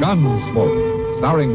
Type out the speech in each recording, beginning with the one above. Gunsmoke, starring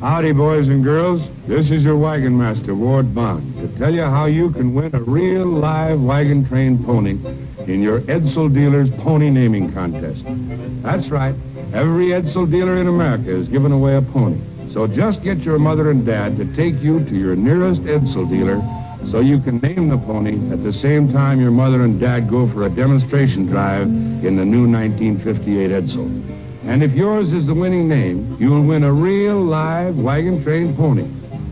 Howdy, boys and girls. This is your wagon master, Ward Bond, to tell you how you can win a real live wagon train pony in your Edsel dealer's pony naming contest. That's right. Every Edsel dealer in America is giving away a pony. So just get your mother and dad to take you to your nearest Edsel dealer so you can name the pony at the same time your mother and dad go for a demonstration drive in the new 1958 Edsel. And if yours is the winning name, you'll win a real live wagon train pony.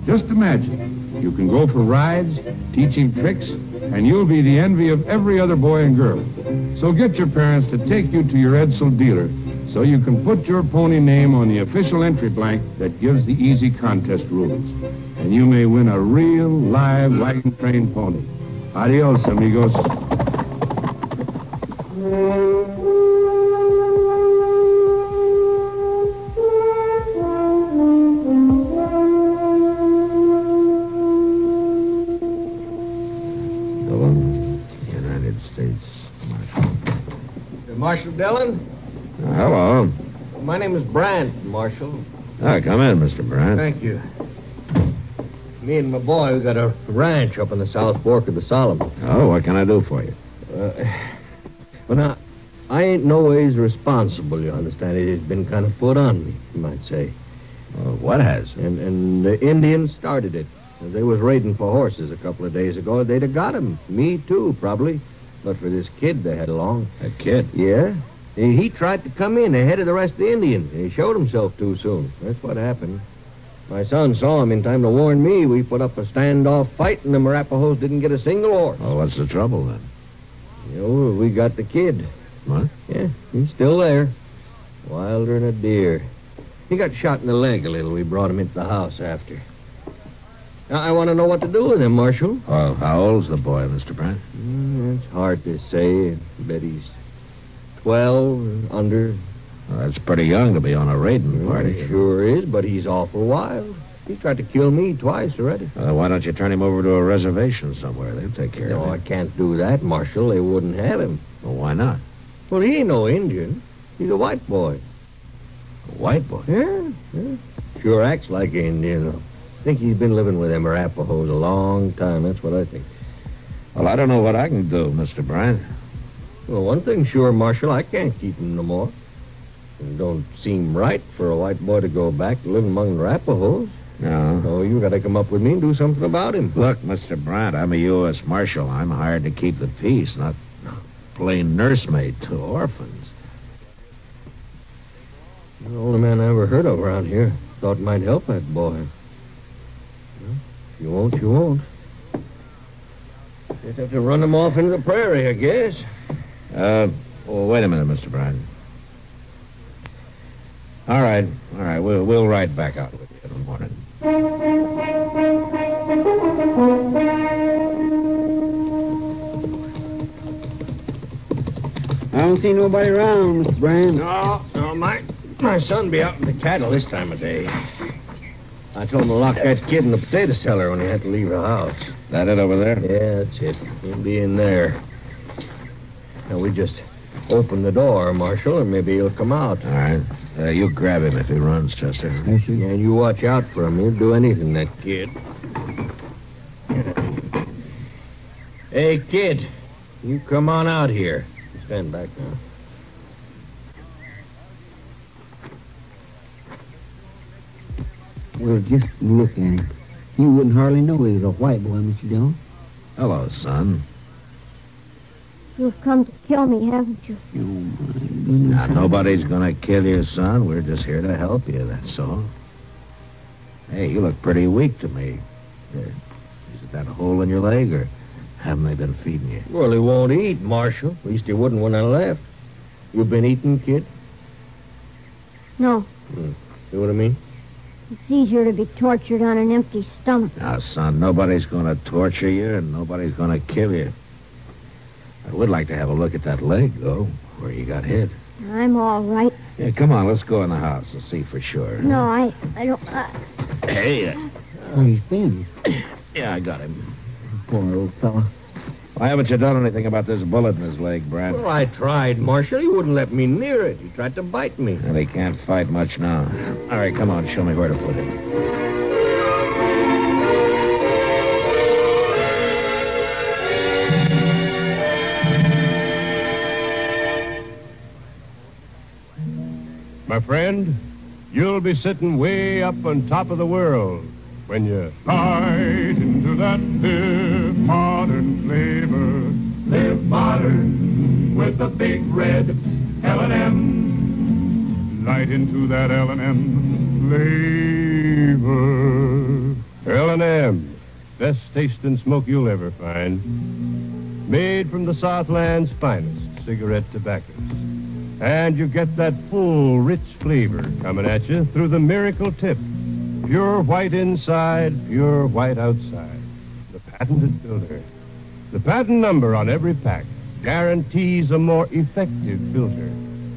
Just imagine. You can go for rides, teach him tricks, and you'll be the envy of every other boy and girl. So get your parents to take you to your Edsel dealer so you can put your pony name on the official entry blank that gives the easy contest rules. And you may win a real live wagon train pony. Adios, amigos. Dillon, United States Marshal. Marshal Dillon? hello. My name is Bryant, Marshal. Ah, come in, Mr. Bryant. Thank you. Me and my boy, we got a ranch up in the South Fork of the Solomon. Oh, what can I do for you? Uh, but now, I ain't no ways responsible, you understand. It has been kind of put on me, you might say. Uh, what has? And, and the Indians started it. They was raiding for horses a couple of days ago. They'd have got 'em. Me, too, probably. But for this kid they had along. A kid. Yeah? He he tried to come in ahead of the rest of the Indians. He showed himself too soon. That's what happened. My son saw him in time to warn me. We put up a standoff fight, and the Arapahoes didn't get a single horse. Well, what's the trouble then? You know, we got the kid. What? Yeah, he's still there. Wilder than a deer. He got shot in the leg a little. We brought him into the house after. Now, I want to know what to do with him, Marshal. Well, how old's the boy, Mr. Bryant? Mm, it's hard to say. I bet he's 12 and under. Well, that's pretty young to be on a Mm, raiding party. He sure is, but he's awful wild. He tried to kill me twice already. Uh, why don't you turn him over to a reservation somewhere? They'll take care No, I of him. can't do that, Marshal. They wouldn't have him. Well, why not? Well, he ain't no Indian. He's a white boy. A white boy. Yeah, yeah. Sure acts like an Indian, though. think he's been living with them Arapahoes a long time. That's what I think. Well, I don't know what I can do, Mr. Bryant. Well, one thing's sure, Marshal, I can't keep him no more. It don't seem right for a white boy to go back to live among the Arapahoes. No. So you gotta come up with me and do something about him. Look, Mr. Bryant, I'm a U.S. Marshal. I'm hired to keep the peace, not play nursemaid to orphans. You're the only man I ever heard of around here. Thought might help that boy. Well, if you won't, you won't. Just have to run him off into the prairie, I guess. Uh, well, wait a minute, Mr. Bryant. All right, all right. We'll, we'll ride back out with you in the morning. I don't see nobody around, Mr. Brand. No, no, my my son be out with the cattle this time of day. I told him to lock that kid in the potato cellar when he had to leave the house. That it over there? Yeah, that's it. He'll be in there. Now we just open the door, Marshal, and maybe he'll come out. All right. Uh, you grab him if he runs, Chester. Yes, sir. Yeah, you watch out for him. He'll do anything, that kid. Hey, kid, you come on out here. Stand back now. Well, just look at him. You wouldn't hardly know he was a white boy, Mr. Dillon. Hello, son. You've come to kill me, haven't you? Oh, my goodness. Now, nobody's going to kill you, son. We're just here to help you, that's all. Hey, you look pretty weak to me. Uh, Is it that hole in your leg, or haven't they been feeding you? Well, he won't eat, Marshal. At least he wouldn't when I left. You been eating, kid? Hmm. No. See what I mean? It's easier to be tortured on an empty stomach. Now, son, nobody's going to torture you, and nobody's going to kill you. I would like to have a look at that leg, though, where you got hit. I'm all right. Yeah, come on, let's go in the house and see for sure. No, I, I don't. I, Hey, uh, Oh, Where he's been, yeah, I got him. poor old fella. Why haven't you done anything about this bullet in his leg, Brad? Well, I tried, Marshal. He wouldn't let me near it. He tried to bite me. Well, he can't fight much now. All right, come on, show me where to put him. My friend, you'll be sitting way up on top of the world when you ride into that live modern flavor. Live modern with the big red L&M. Right into that L&M flavor. L&M, best taste and smoke you'll ever find. Made from the Southland's finest cigarette tobaccos. And you get that full, rich flavor coming at you through the miracle tip. Pure white inside, pure white outside. The patented filter. The patent number on every pack guarantees a more effective filter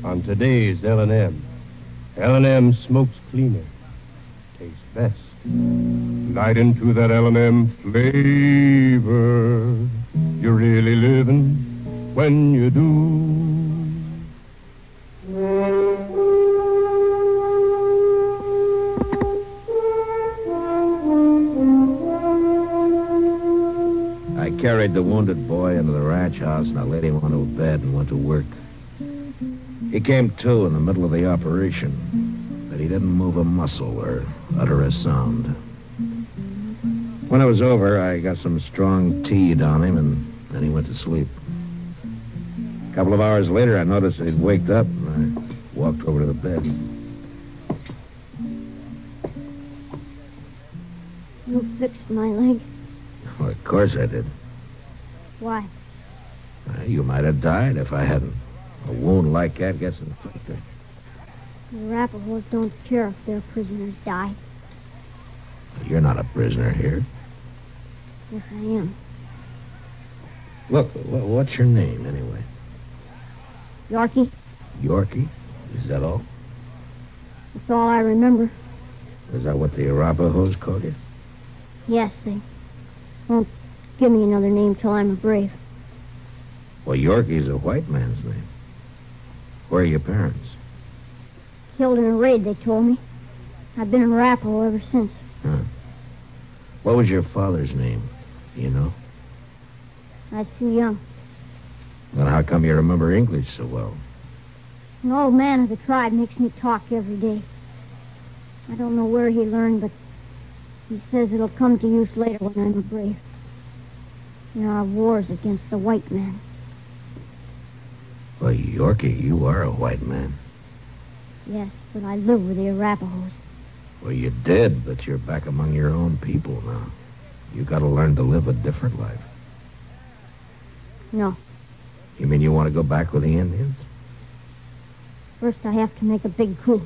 on today's L&M. L&M smokes cleaner, tastes best. Light into that L&M flavor. You're really living when you do. I carried the wounded boy into the ranch house, and I laid him onto a bed and went to work. He came to in the middle of the operation, but he didn't move a muscle or utter a sound. When it was over, I got some strong tea on him, and then he went to sleep. A couple of hours later, I noticed that he'd waked up, and I walked over to the bed. you fixed my leg. Well, of course I did. Why? Uh, You might have died if I hadn't. A wound like that gets infected. The Arapahoes don't care if their prisoners die. You're not a prisoner here. Yes, I am. Look, wh- what's your name anyway? Yorkie, Yorkie? Is that all? that's all I remember. Is that what the Arapahoes call you? Yes, they won't give me another name till I'm a brave. Well, Yorkie's a white man's name. Where are your parents? Killed in a raid, they told me. I've been an Arapaho ever since. Huh. What was your father's name? You know? I was too young. Then how come you remember English so well? An old man of the tribe makes me talk every day. I don't know where he learned, but he says it'll come to use later when I'm a brave. There are wars against the white man. Well, Yorkie, you are a white man. Yes, but I live with the Arapahoes. Well, you did, but you're back among your own people now. You gotta learn to live a different life. No, You mean you want to go back with the Indians? first I have to make a big coup.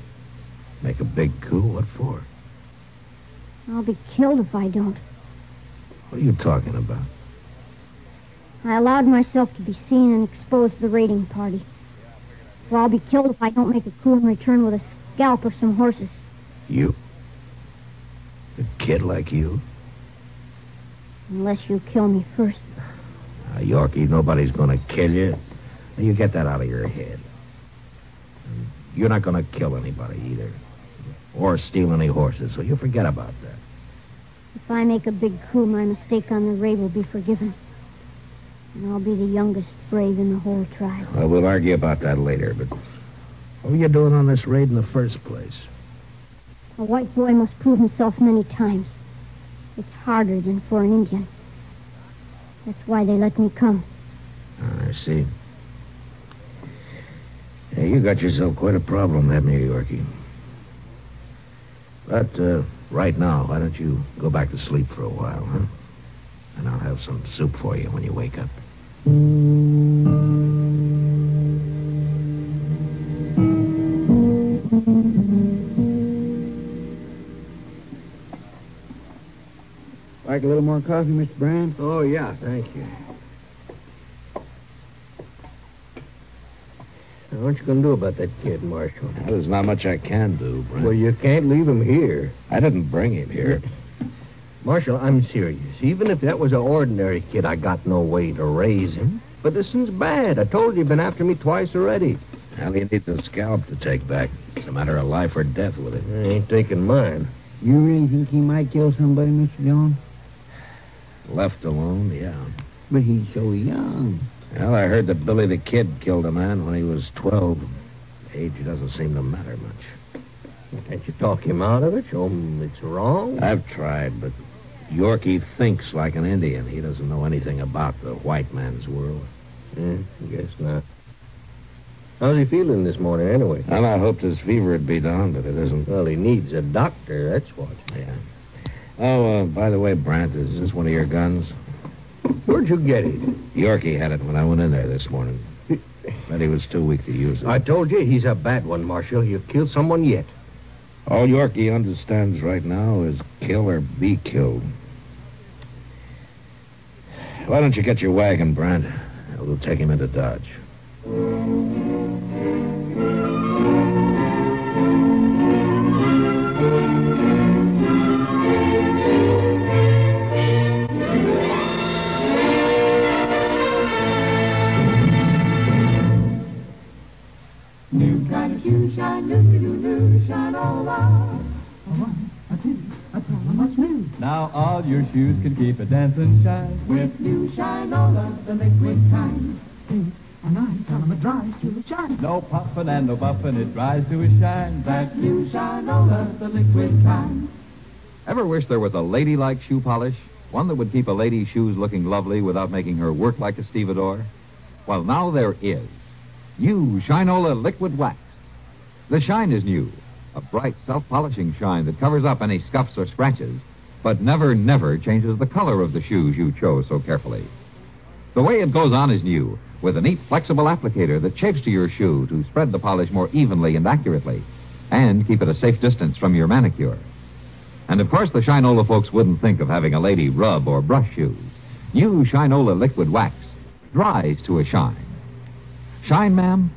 Make a big coup? What for? I'll be killed if I don't. What are you talking about? I allowed myself to be seen and exposed to the raiding party. So I'll be killed if I don't make a coup and return with a scalp or some horses. You? A kid like you? Unless you kill me first. Now, Yorkie, nobody's going to kill you. Now, you get that out of your head. And You're not going to kill anybody either, or steal any horses, so you forget about that. If I make a big coup, my mistake on the raid will be forgiven. and I'll be the youngest brave in the whole tribe. Well, we'll argue about that later, but What were you doing on this raid in the first place? A white boy must prove himself many times. It's harder than for an Indian. That's why they let me come. Oh, I see. Yeah, you got yourself quite a problem, haven't you, Yorkie? But uh, right now, why don't you go back to sleep for a while, huh? And I'll have some soup for you when you wake up. Like a little more coffee, Mr. Brand? Oh, yeah, thank you. Now, what you going to do about that kid, Marshal? Well, there's not much I can do, Brent. Well, you can't leave him here. I didn't bring him here. Marshal, I'm serious. Even if that was an ordinary kid, I got no way to raise him. But this one's bad. I told you, you've been after me twice already. Well, you need the scalp to take back. It's a matter of life or death with it. I ain't taking mine. You really think he might kill somebody, Mr. Jones? Left alone, yeah. But he's so young. Well, I heard that Billy the Kid killed a man when he was 12. Age doesn't seem to matter much. Can't you talk him out of it? Show him it's wrong? I've tried, but Yorkie thinks like an Indian. He doesn't know anything about the white man's world. Yeah, Eh, I guess not. How's he feeling this morning, anyway? Well, I hoped his fever would be down, but it isn't. Well, he needs a doctor, that's what. Yeah. Oh, uh, by the way, Brant, is this one of your guns? Where'd you get it? Yorkie had it when I went in there this morning. But he was too weak to use it. I told you he's a bad one, Marshal. You've killed someone yet. All Yorkie understands right now is kill or be killed. Why don't you get your wagon, Brant? We'll take him into Dodge. Now all your shoes can keep a dancing shine. With new shine all of the liquid kind. And I tell them it dries to a shine. No puffin' and no buffin', it dries to a shine. That new shine all of the liquid kind. Ever wish there was a ladylike shoe polish? One that would keep a lady's shoes looking lovely without making her work like a stevedore? Well, now there is. New Shinola Liquid Wax. The shine is new. A bright, self polishing shine that covers up any scuffs or scratches, but never, never changes the color of the shoes you chose so carefully. The way it goes on is new, with a neat, flexible applicator that shapes to your shoe to spread the polish more evenly and accurately, and keep it a safe distance from your manicure. And of course, the Shinola folks wouldn't think of having a lady rub or brush shoes. New Shinola liquid wax dries to a shine. Shine, ma'am?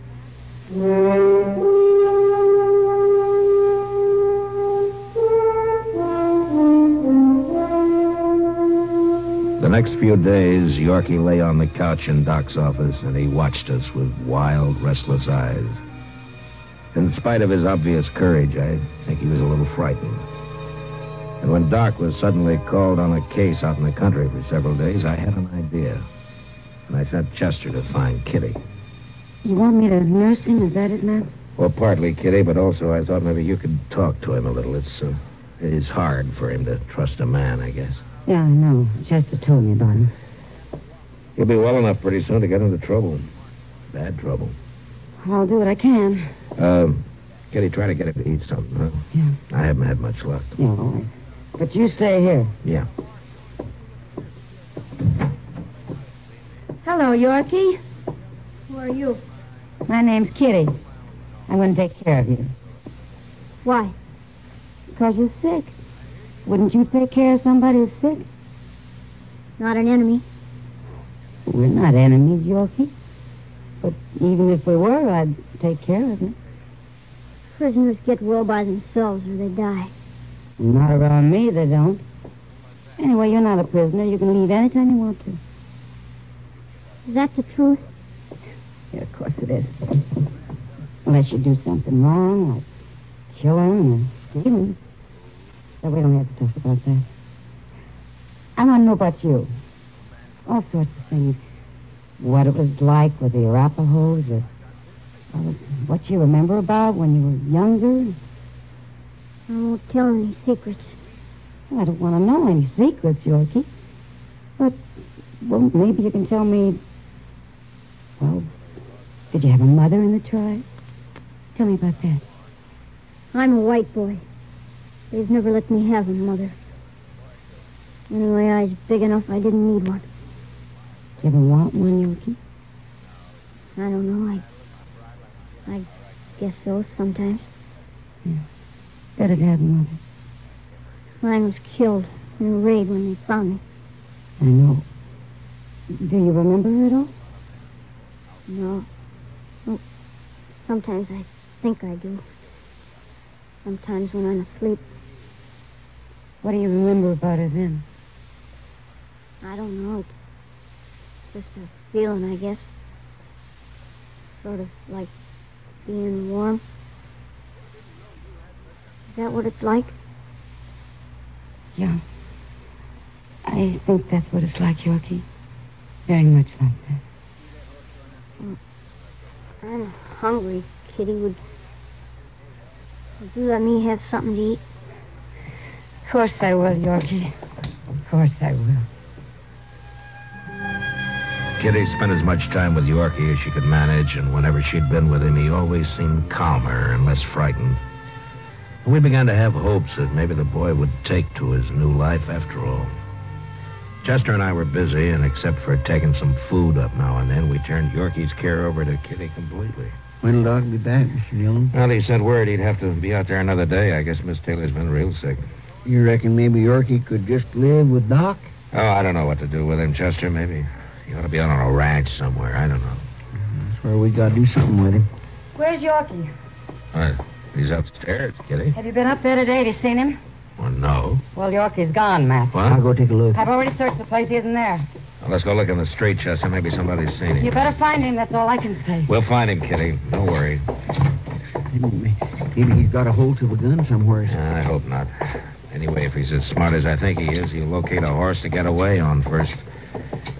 The next few days, Yorkie lay on the couch in Doc's office and he watched us with wild, restless eyes. In spite of his obvious courage, I think he was a little frightened. And when Doc was suddenly called on a case out in the country for several days, I had an idea. And I sent Chester to find Kitty. You want me to nurse him? Is that it, Matt? Well, partly Kitty, but also I thought maybe you could talk to him a little. It's, uh, it is hard for him to trust a man, I guess. Yeah, I know. Chester told me about him. He'll be well enough pretty soon to get into trouble. Bad trouble. I'll do what I can. Um, Kitty, try to get him to eat something, huh? Yeah. I haven't had much luck. Yeah, all right. But you stay here. Yeah. Hello, Yorkie. Who are you? My name's Kitty. I'm going to take care of you. Why? Because you're sick. Wouldn't you take care of somebody who's sick? Not an enemy. We're not enemies, Yorkie. But even if we were, I'd take care of him. Prisoners get well by themselves or they die. Not around me, they don't. Anyway, you're not a prisoner. You can leave anytime you want to. Is that the truth? Yeah, of course it is. Unless you do something wrong, like kill him or steal him. But we don't have to talk about that. I want to know about you. All sorts of things. what it was like with the Arapahoes or uh, what you remember about when you were younger. I won't tell any secrets. Well, I don't want to know any secrets, Yorkie. But, well, maybe you can tell me. Well, did you have a mother in the tribe? Tell me about that. I'm a white boy. They've never let me have a mother. Anyway, I was big enough I didn't need one. You ever want one, Yorkie? I don't know. I, I guess so sometimes. Better to have a mother. Mine was killed in a raid when they found me. I know. Do you remember her at all? No. Well, sometimes I think I do. Sometimes when I'm asleep, What do you remember about her then? I don't know. It's just a feeling, I guess. Sort of like being warm. Is that what it's like? Yeah. I think that's what it's like, Yorkie. Very much like that. I'm hungry, Kitty. Would, would you let me have something to eat? Of course I will, Yorkie. Of course I will. Kitty spent as much time with Yorkie as she could manage, and whenever she'd been with him, he always seemed calmer and less frightened. We began to have hopes that maybe the boy would take to his new life after all. Chester and I were busy, and except for taking some food up now and then, we turned Yorkie's care over to Kitty completely. When'll Doc be back, Mr. Dillon? Well, he sent word he'd have to be out there another day. I guess Miss Taylor's been real sick. You reckon maybe Yorkie could just live with Doc? Oh, I don't know what to do with him, Chester. Maybe he ought to be out on a ranch somewhere. I don't know. That's where we gotta do something with him. Where's Yorkie? he's upstairs, Kitty. Have you been up there today? Have you seen him? Well, no. Well, Yorkie's gone, Matt. I'll What? go take a look. I've already searched the place. He isn't there. Well, let's go look in the street, Chester. Maybe somebody's seen him. You better find him. That's all I can say. We'll find him, Kitty. Don't worry. Maybe he's got a hold of a gun somewhere. I hope not. Anyway, if he's as smart as I think he is, he'll locate a horse to get away on first.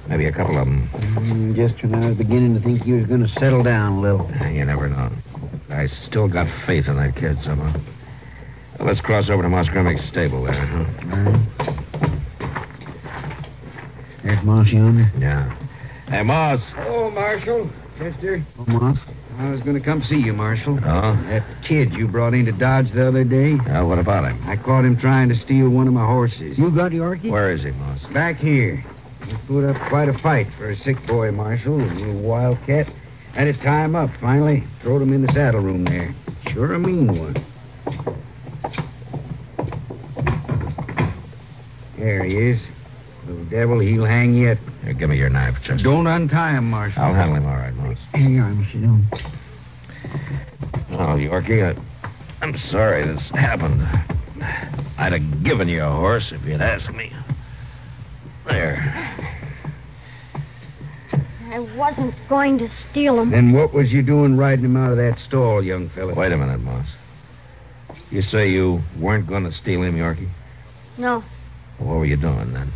Maybe a couple of them. Mm, just when I was beginning to think he was gonna settle down a little. You never know. I still got faith in that kid somehow. Well, let's cross over to Moscremick's stable there, huh? All right. There's Moss yonder. Yeah. Hey, Moss. Oh, Marshal. Chester. Oh, Moss. I was going to come see you, Marshal. Oh? That kid you brought into Dodge the other day. Yeah, what about him? I caught him trying to steal one of my horses. You got Yorkie? Where is he, Moss? Back here. He put up quite a fight for a sick boy, Marshal. A little wildcat. Had to tie him up, finally. Throwed him in the saddle room there. Sure a mean one. There he is. Little devil, he'll hang yet. Here, give me your knife, Chester. Don't untie him, Marshal. I'll handle him all right, Moss. Here you are, Mr. Dillon. Oh, Yorkie, I, I'm sorry this happened. I'd have given you a horse if you'd asked me. There. I wasn't going to steal them. Then what was you doing riding him out of that stall, young fella? Wait a minute, Moss. You say you weren't going to steal him, Yorkie? No, What were you doing then?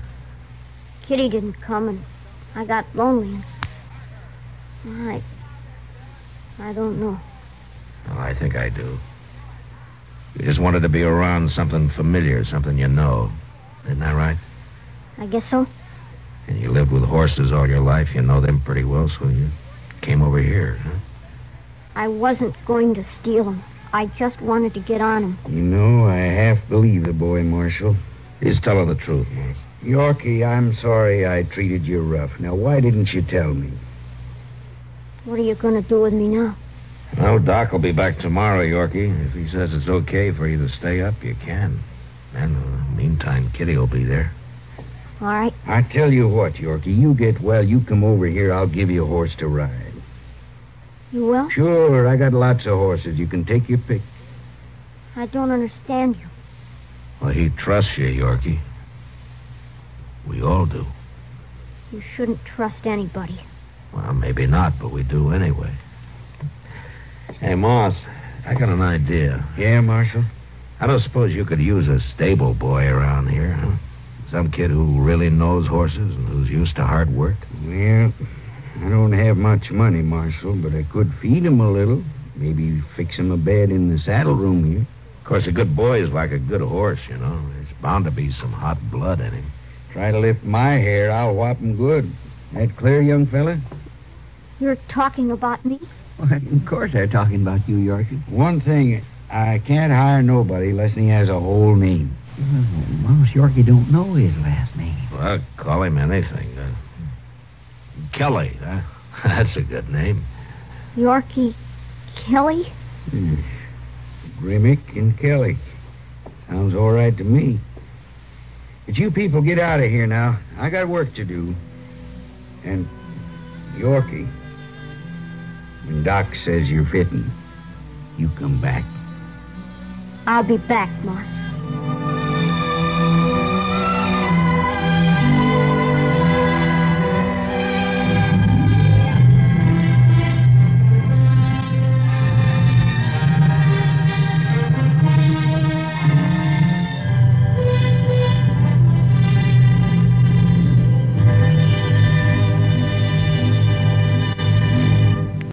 Kitty didn't come, and I got lonely. And I, I don't know. Oh, I think I do. You just wanted to be around something familiar, something you know. Isn't that right? I guess so. And you lived with horses all your life. You know them pretty well, so you came over here, huh? I wasn't going to steal them. I just wanted to get on them. You know, I half believe the boy, Marshal. He's telling the truth, Moss. Yorkie, I'm sorry I treated you rough. Now, why didn't you tell me? What are you going to do with me now? Well, Doc will be back tomorrow, Yorkie. If he says it's okay for you to stay up, you can. And in the meantime, Kitty will be there. All right. I tell you what, Yorkie, you get well, you come over here, I'll give you a horse to ride. You will? Sure, I got lots of horses. You can take your pick. I don't understand you. Well, he trusts you, Yorkie. We all do. You shouldn't trust anybody. Well, maybe not, but we do anyway. Hey, Moss, I got an idea. Yeah, Marshal? I don't suppose you could use a stable boy around here, huh? Some kid who really knows horses and who's used to hard work. Well, I don't have much money, Marshal, but I could feed him a little. Maybe fix him a bed in the saddle room here. Of course, a good boy is like a good horse, you know. There's bound to be some hot blood in him. Try to lift my hair, I'll whop him good. That clear, young fella? You're talking about me? Why, of course they're talking about you, Yorkie. One thing, I can't hire nobody unless he has a whole name. Mouse Yorkie don't know his last name. Well, call him anything. Uh, Kelly, huh? That's a good name. Yorkie Kelly? Hmm. Grimmick and Kelly. Sounds all right to me. But you people get out of here now. I got work to do. And Yorkie, when Doc says you're fitting, you come back. I'll be back, Mark.